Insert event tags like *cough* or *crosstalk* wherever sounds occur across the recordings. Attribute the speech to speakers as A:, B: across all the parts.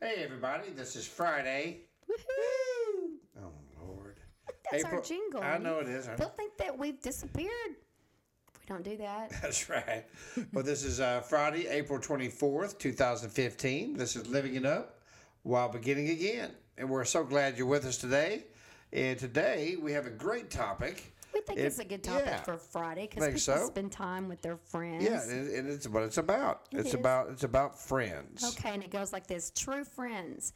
A: Hey everybody, this is Friday. Oh Lord.
B: That's our jingle.
A: I know it is.
B: *laughs*
A: I-
B: They'll think that we've disappeared. We don't do that.
A: That's right. well, this is uh, Friday, April 24th, 2015. This is Living It Up While Beginning Again. And we're so glad you're with us today. And today we have a great topic.
B: We think
A: It-
B: it's a good topic
A: yeah.
B: for Friday because
A: Think
B: people
A: so.
B: spend time with their friends.
A: Yeah, and, and it's what it's about. it's
B: is.
A: about it's about friends.
B: Okay, and it goes like this: True friends.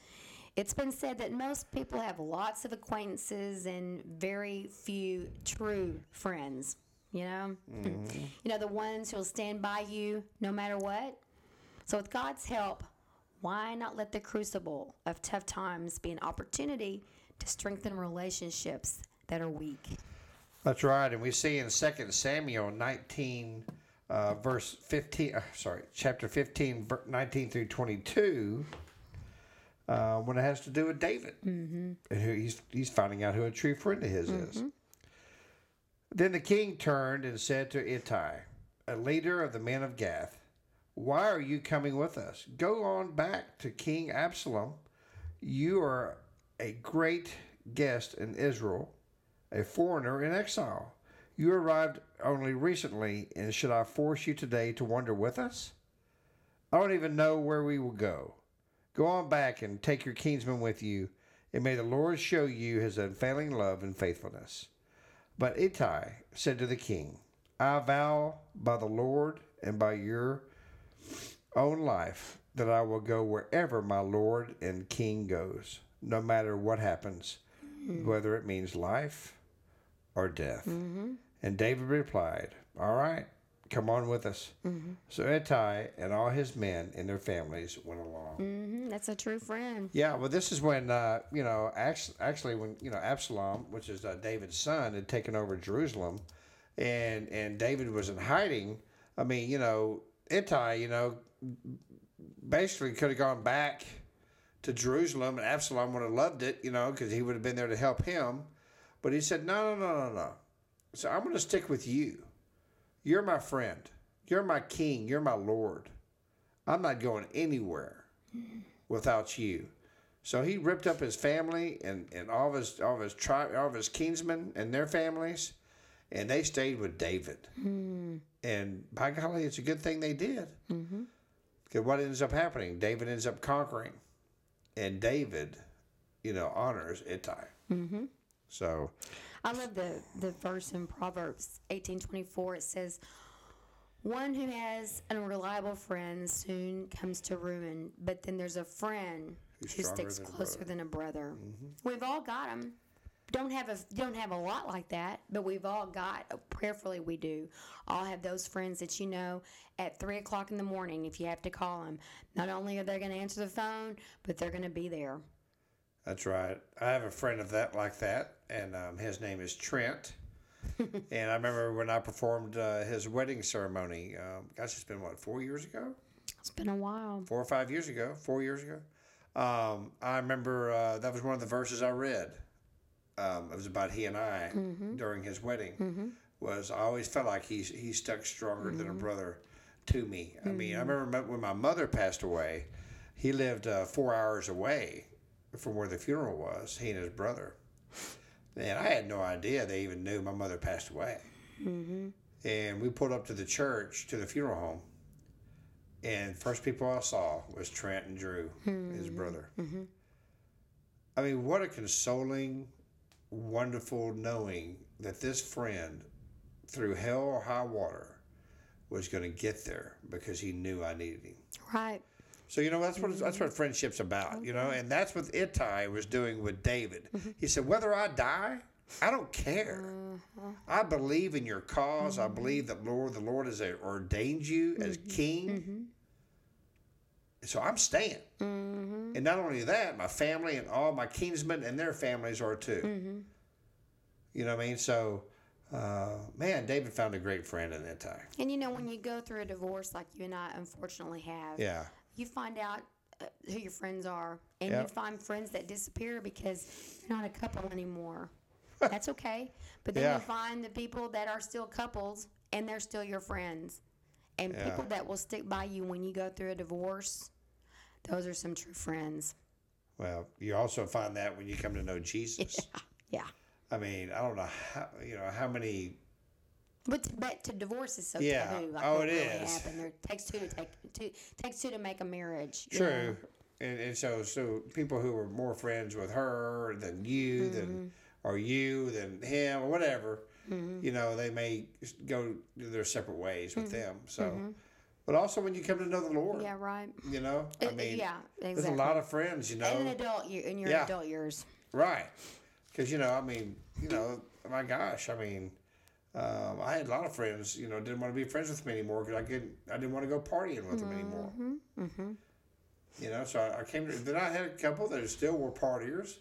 B: It's been said that most people have lots of acquaintances and very few true friends. You know,
A: Mm-hmm.
B: you know the ones who'll stand by you no matter what. So with God's help, why not let the crucible of tough times be an opportunity to strengthen relationships that are weak?
A: That's right, and we see in Second Samuel nineteen, uh, verse fifteen. Uh, sorry, chapter 15, ver- 19 through twenty-two. Uh, when it has to do with David, mm-hmm. and who he's he's finding out who a true friend of his is. Then the king turned and said to Ittai, a leader of the men of Gath, "Why are you coming with us? Go on back to King Absalom. You are a great guest in Israel." a foreigner in exile. You arrived only recently, and should I force you today to wander with us? I don't even know where we will go. Go on back and take your kinsman with you, and may the Lord show you his unfailing love and faithfulness. But Ittai said to the king, I vow by the Lord and by your own life that I will go wherever my Lord and King goes, no matter what happens, whether it means life or death. And David replied, All right, come on with us. So Ittai and all his men and their families went along.
B: hmm that's a true friend.
A: Yeah, well, this is when uh, you know actually, actually when you know Absalom, which is uh, David's son, had taken over Jerusalem, and and David was in hiding. I mean, you know, Ittai, you know, basically could have gone back to Jerusalem, and Absalom would have loved it, you know, because he would have been there to help him. But he said, no, no, no, no, no. So I'm going to stick with you. You're my friend. You're my king. You're my lord. I'm not going anywhere without you. So he ripped up his family and, and all of his all of his tribe all of his kinsmen and their families, and they stayed with David. And by golly, it's a good thing they did. Because what ends up happening? David ends up conquering, and David, you know, honors Ittai. Mm-hmm. So
B: I love the, the verse in Proverbs eighteen twenty four. It says, One who has an unreliable friend soon comes to ruin, but then there's a friend
A: Who's
B: who
A: stronger
B: sticks
A: than a Mm-hmm.
B: closer than a brother. We've all got them. Don't have a don't have a lot like that, but we've all got. Prayerfully, we do. All have those friends that you know at three o'clock in the morning. If you have to call them, not only are they going to answer the phone, but they're going to be there.
A: That's right. I have a friend of that like that, and um, his name is Trent. and I remember when I performed uh, his wedding ceremony. Um, gosh, it's been what four years ago,
B: It's been a while.
A: four or five years ago, four years ago. Um, I remember uh, that was one of the verses I read. Um, it was about he and I during his wedding. Was I always felt like he's he stuck stronger than a brother to me. I mean, I remember when my mother passed away. He lived uh, four hours away from where the funeral was. He and his brother, and I had no idea they even knew my mother passed away. And we pulled up to the church to the funeral home, and first people I saw was Trent and Drew, his brother. I mean, what a consoling, wonderful knowing that this friend, through hell or high water, was going to get there because he knew I needed him.
B: Right.
A: So you know that's what that's what friendship's about, you know, and that's what Ittai was doing with David. He said, "Whether I die, I don't care. I believe in your because I believe that Lord, the Lord has ordained you as king. so I'm staying. And not only that, my family and all my kinsmen and their families are too. You know what I mean? So, uh, man, David found a great friend in that time.
B: And you know, when you go through a divorce like you and I unfortunately have,
A: Yeah.
B: you find out uh, who your friends are, and you
A: Yep.
B: find friends that disappear because you're not a couple
A: *laughs*
B: anymore. That's okay. But then
A: Yeah.
B: you find the people that are still couples and they're still your friends. And
A: Yeah.
B: people that will stick by you when you go through a divorce, those are some true friends. *laughs*
A: Well, you also find that when you come to know Jesus.
B: Yeah.
A: I mean, I don't know how you know how many.
B: But but to divorce is so
A: Yeah.
B: taboo. Like
A: Oh,
B: it
A: it
B: really
A: is.
B: Happened. There takes two to take two takes two to make a marriage. you know?
A: True, and, and so so people who were more friends with her than you than
B: Mm-hmm.
A: or you than him or whatever, you know, they may go their separate ways with them. So, but also when you come to know the Lord,
B: Mm-hmm. Yeah. Right.
A: you know, I
B: Uh,
A: mean,
B: yeah. Exactly.
A: there's a lot of friends, you know,
B: in an adult year, in your
A: Yeah.
B: adult years.
A: Right. Because, you know, I mean, you know, my gosh, I mean, um, I had a lot of friends, you know, didn't want to be friends with me anymore because I couldn't, I didn't want to go partying with them anymore. You know, so I, I came to, then I had a couple that still were partiers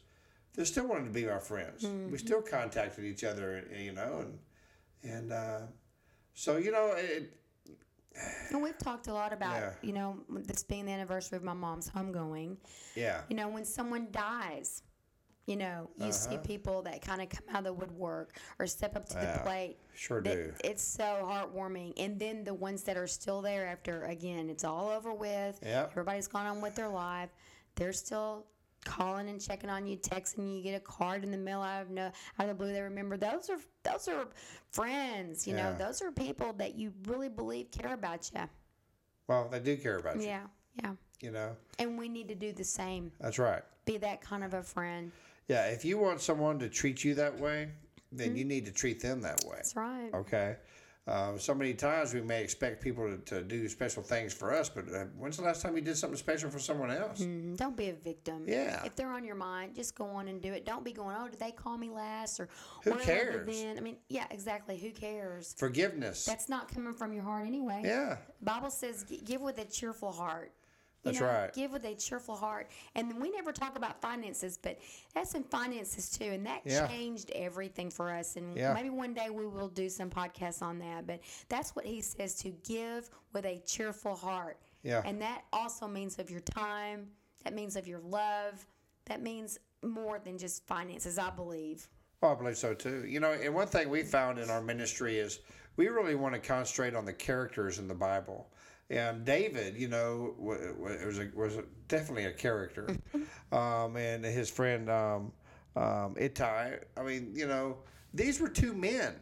A: that still wanted to be my friends. We still contacted each other, and, you know, and, and, uh, so, you know, it,
B: And we've talked a lot about,
A: Yeah.
B: you know, this being the anniversary of my mom's homegoing.
A: yeah,
B: You know, when someone dies, you know, you see people that kind of come out of the woodwork or step up to the
A: Uh-huh. Yeah.
B: plate.
A: sure
B: That-
A: do.
B: It's so heartwarming. And then the ones that are still there after, again, it's all over with.
A: Yep.
B: Everybody's gone on with their life. They're still calling and checking on you, texting you. You get a card in the mail out of no out of the blue. They remember those are those are friends. You know,
A: Yeah.
B: those are people that you really believe care about you.
A: Well, they do care about you,
B: Yeah, yeah.
A: you know,
B: And we need to do the same.
A: that's right.
B: Be that kind of a friend.
A: Yeah, if you want someone to treat you that way, then you need to treat them that way.
B: That's right.
A: Okay. Um, so many times we may expect people to, to do special things for us, but uh, when's the last time you did something special for someone else?
B: Mm, Don't be a victim.
A: Yeah.
B: If they're on your mind, just go on and do it. Don't be going, oh, did they call me last? Or
A: Who
B: "Where were they
A: cares?"
B: Then? I mean, yeah, exactly. Who cares?
A: Forgiveness.
B: That's not coming from your heart anyway.
A: yeah.
B: Bible says, "Gi- give with a cheerful heart. You
A: That's right.
B: Give with a cheerful heart. And we never talk about finances, but that's in finances too. And that
A: Yeah.
B: changed everything for us. And
A: Yeah.
B: maybe one day we will do some podcasts on that. But that's what he says to give with a cheerful heart.
A: Yeah.
B: And that also means of your time, that means of your love, that means more than just finances, I believe.
A: Well, I believe so too. You know, and one thing we found in our ministry is we really want to concentrate on the characters in the Bible. And David, you know, wa- wa- was a, was a, definitely a
B: *laughs*
A: character, um, and his friend um, um, Ittai. I mean, you know, these were two men.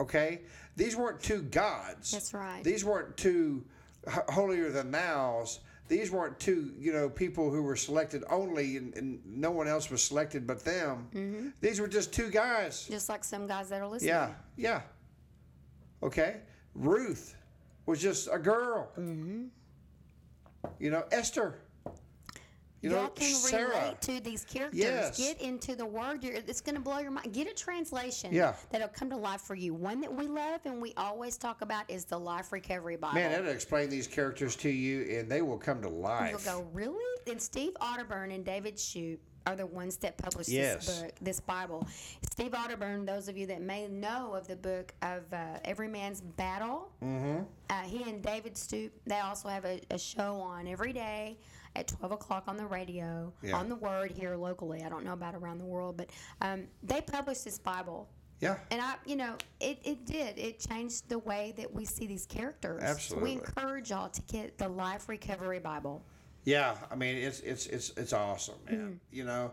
A: Okay, these weren't two gods.
B: That's right.
A: These weren't two h- holier than thou's. These weren't two, you know, people who were selected only, and, and no one else was selected but them. These were just two guys.
B: Just like some guys that are listening.
A: Mm-hmm. Yeah, yeah. Okay, Ruth was just a girl. Mm-hmm. You know, Esther. You
B: Y'all
A: know,
B: can
A: Sarah.
B: relate to these characters.
A: Yes.
B: Get into the word. You're, it's going to blow your mind. Get a translation
A: Yeah.
B: that'll come to life for you. One that we love and we always talk about is the Life Recovery Bible.
A: Man, that'll explain these characters to you, and they will come to
B: You'll
A: life.
B: go, really? And Steve Otterburn and David Shoup are the ones that published this
A: Yes.
B: book, this Bible. Steve Otterburn, those of you that may know of the book of uh, Every Man's Battle,
A: Mm-hmm.
B: uh, he and David Stoop, they also have a, a show on every day at 12 o'clock on the radio,
A: Yeah.
B: on the Word here locally. I don't know about around the world, but um, they published this Bible.
A: Yeah,
B: And I, you know, it, it did. It changed the way that we see these characters.
A: Absolutely.
B: We encourage y'all to get the Life Recovery Bible.
A: yeah. I mean, it's it's it's it's awesome, man. You know,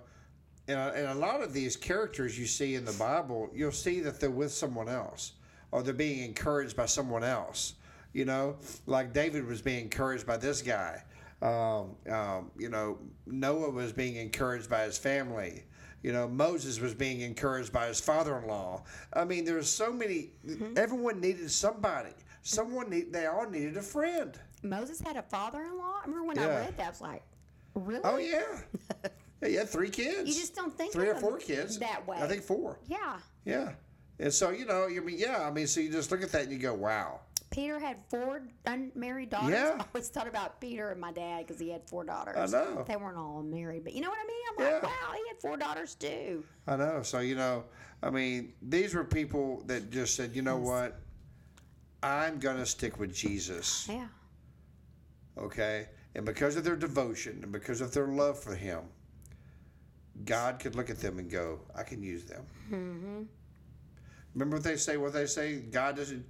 A: and a, and a lot of these characters you see in the Bible, you'll see that they're with someone else, or they're being encouraged by someone else. You know, like David was being encouraged by this guy. Um, um, you know, Noah was being encouraged by his family. You know, Moses was being encouraged by his father-in-law. I mean, there was so many. Everyone needed somebody. Someone need. They all needed a friend.
B: Moses had a father-in-law. I remember when I
A: Yeah.
B: read that, I was like, really?
A: Oh yeah. yeah, you had three kids.
B: *laughs* You just don't think
A: three
B: of
A: or
B: them
A: four kids
B: that way.
A: I think four.
B: Yeah,
A: Yeah, and so you know, you mean yeah, I mean, so you just look at that and you go, wow,
B: Peter had four unmarried daughters.
A: Yeah.
B: *laughs* I always thought about Peter and my dad because he had four daughters.
A: know.
B: They weren't all married, but you know what I mean? I'm like,
A: Yeah.
B: wow, he had four daughters too.
A: I know. So you know, I mean, these were people that just said, you know what, I'm gonna stick with Jesus,
B: Yeah.
A: okay? And because of their devotion and because of their love for Him, God could look at them and go, I can use them. Mm-hmm. Remember what they say? What they say? God doesn't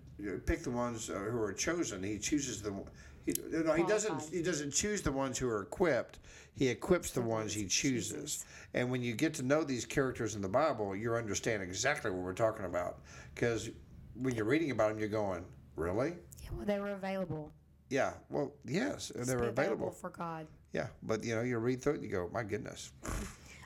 A: pick the ones uh, who are chosen. He chooses the. one- He, no, he doesn't.
B: Qualified.
A: He doesn't choose the ones who are equipped. He equips the ones he chooses. And when you get to know these characters in the Bible, you understand exactly what we're talking about. Because when you're reading about them, you're going, "Really?
B: Yeah. Well, they were available.
A: Yeah. Well, yes, they were
B: Be
A: available.
B: for God.
A: Yeah. But you know, you read through it, and you go, "My goodness."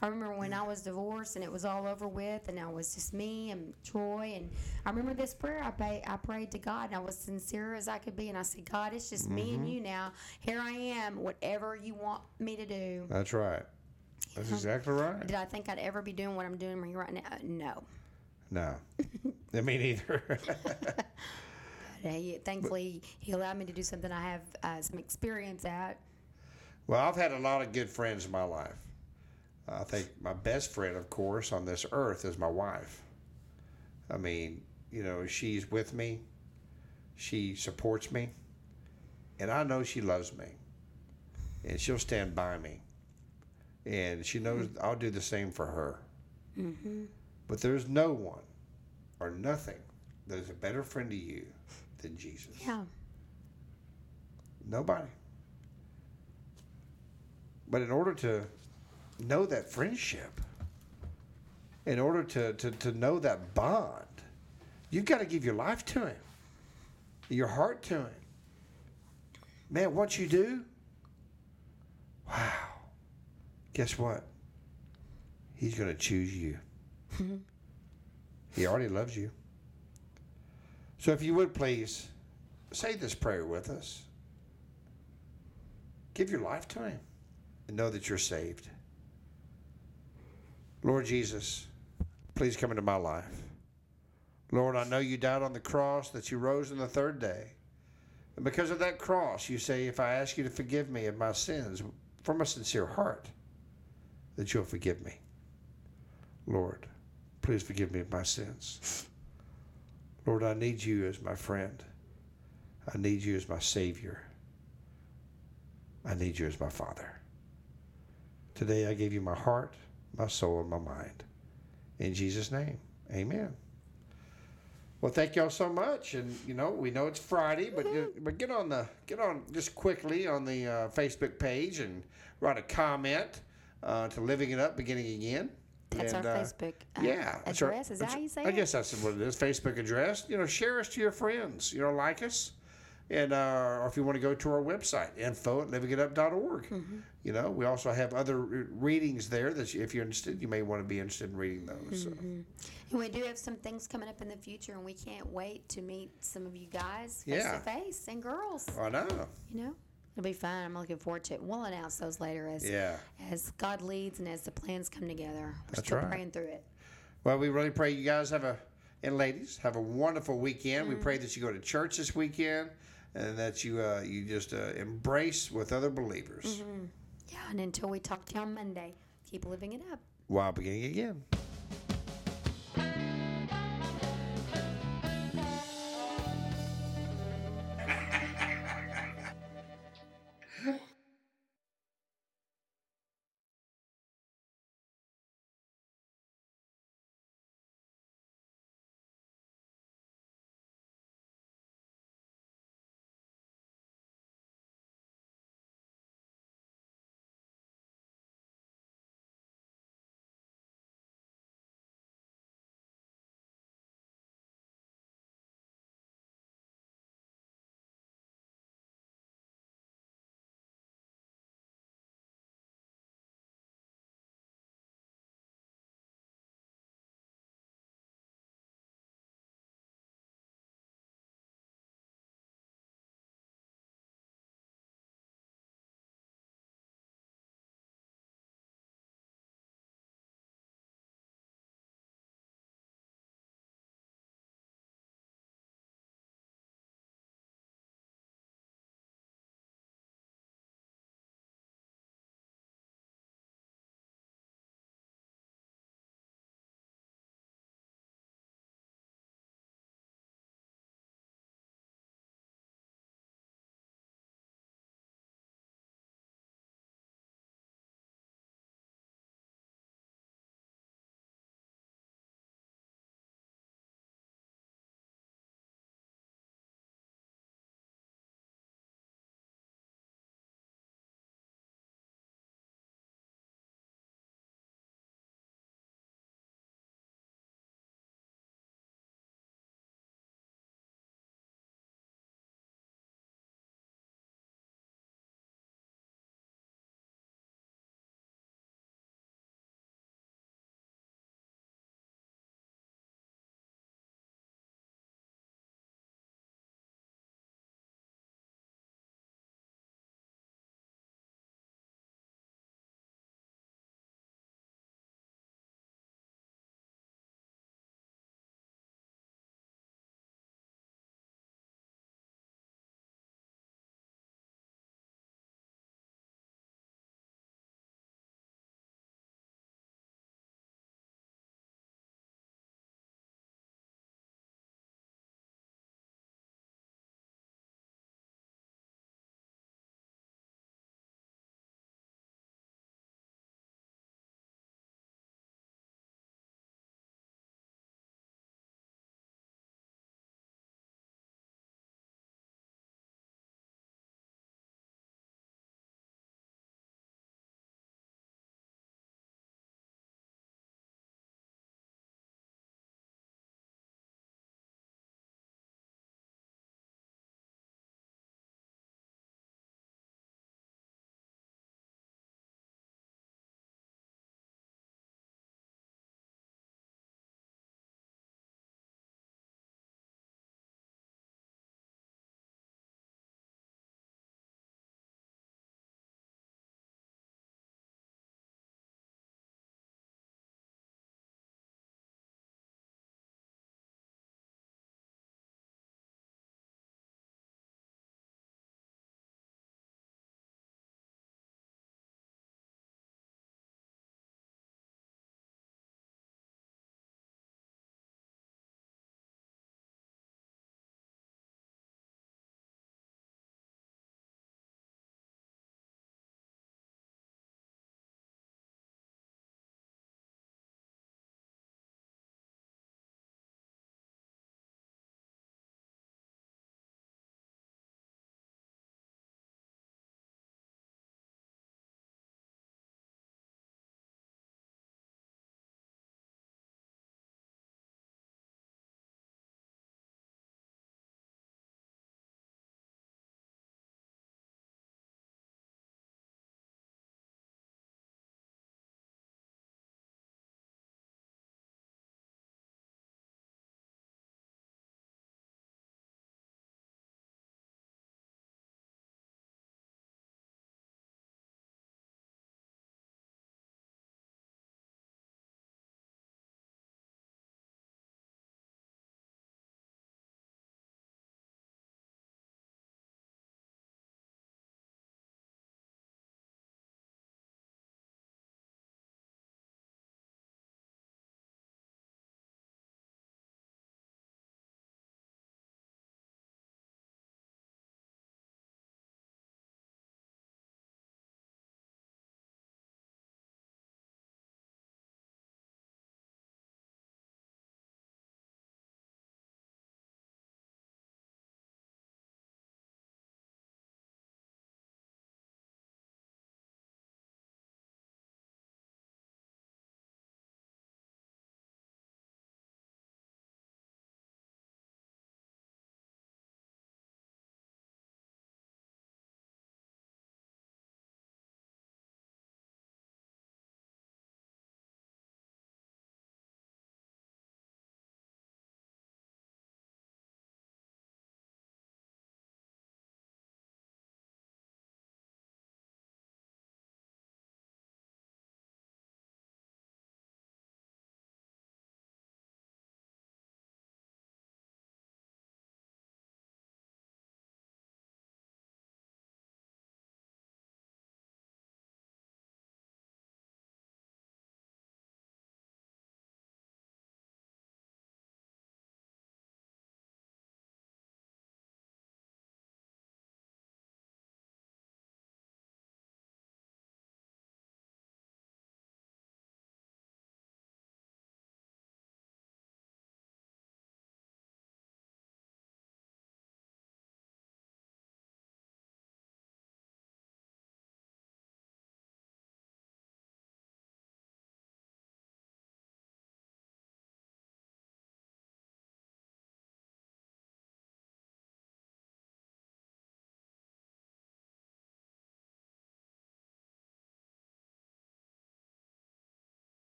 B: I remember when I was divorced and it was all over with, and I was just me and Troy. And I remember this prayer I, pay, I prayed to God, and I was sincere as I could be. And I said, God, it's just me
A: Mm-hmm.
B: and you now. Here I am, whatever you want me to do.
A: That's right. That's exactly right.
B: Did I think I'd ever be doing what I'm doing right now? No.
A: No, me neither.
B: But he, thankfully, he allowed me to do something I have uh, some experience at.
A: Well, I've had a lot of good friends in my life. I think my best friend, of course, on this earth is my wife. I mean, you know, she's with me, she supports me, and I know she loves me, and she'll stand by me, and she knows I'll do the same for her. But there's no one or nothing that is a better friend to you than Jesus.
B: Yeah.
A: Nobody. But in order to know that friendship, in order to, to, to know that bond, you've got to give your life to him, your heart to him. Man, once you do, wow, guess what? He's going to choose you. he already loves you. So if you would please say this prayer with us give your life to Him and know that you're saved. Lord Jesus, please come into my life. Lord, I know you died on the cross, that you rose on the third day. And because of that cross, you say, if I ask you to forgive me of my sins from a sincere heart, that you'll forgive me. Lord, please forgive me of my sins. Lord, I need you as my friend. I need you as my Savior. I need you as my Father. Today I give you my heart, my soul, and my mind. In Jesus' name, amen. Well, thank y'all so much, and you know we know it's Friday, but
B: Mm-hmm.
A: but get on the get on just quickly on the uh, Facebook page and write a comment uh, to Living It Up Beginning Again.
B: That's
A: And,
B: our
A: uh,
B: Facebook uh,
A: yeah, that's our-
B: address. Is that
A: that's-
B: how you say
A: I
B: it?
A: guess that's what it is. Facebook address. You know, share us to your friends. You know, like us, and uh, or if you want to go to our website, info at livingitup.org.
B: Mm-hmm.
A: You know, we also have other re- readings there that you, if you're interested, you may want to be interested in reading those. So.
B: Mm-hmm. And we do have some things coming up in the future, and we can't wait to meet some of you guys face
A: Yeah.
B: to face and girls.
A: I know.
B: You know, it'll be fun. I'm looking forward to it. We'll announce those later as
A: Yeah.
B: as God leads and as the plans come together. We're
A: That's
B: still
A: right.
B: praying through it.
A: Well, we really pray you guys have a and ladies have a wonderful weekend. We
B: Mm-hmm.
A: pray that you go to church this weekend and that you uh, you just uh, embrace with other believers
B: Mm-hmm. Yeah, and until we talk to you on Monday, keep living it up.
A: while beginning again.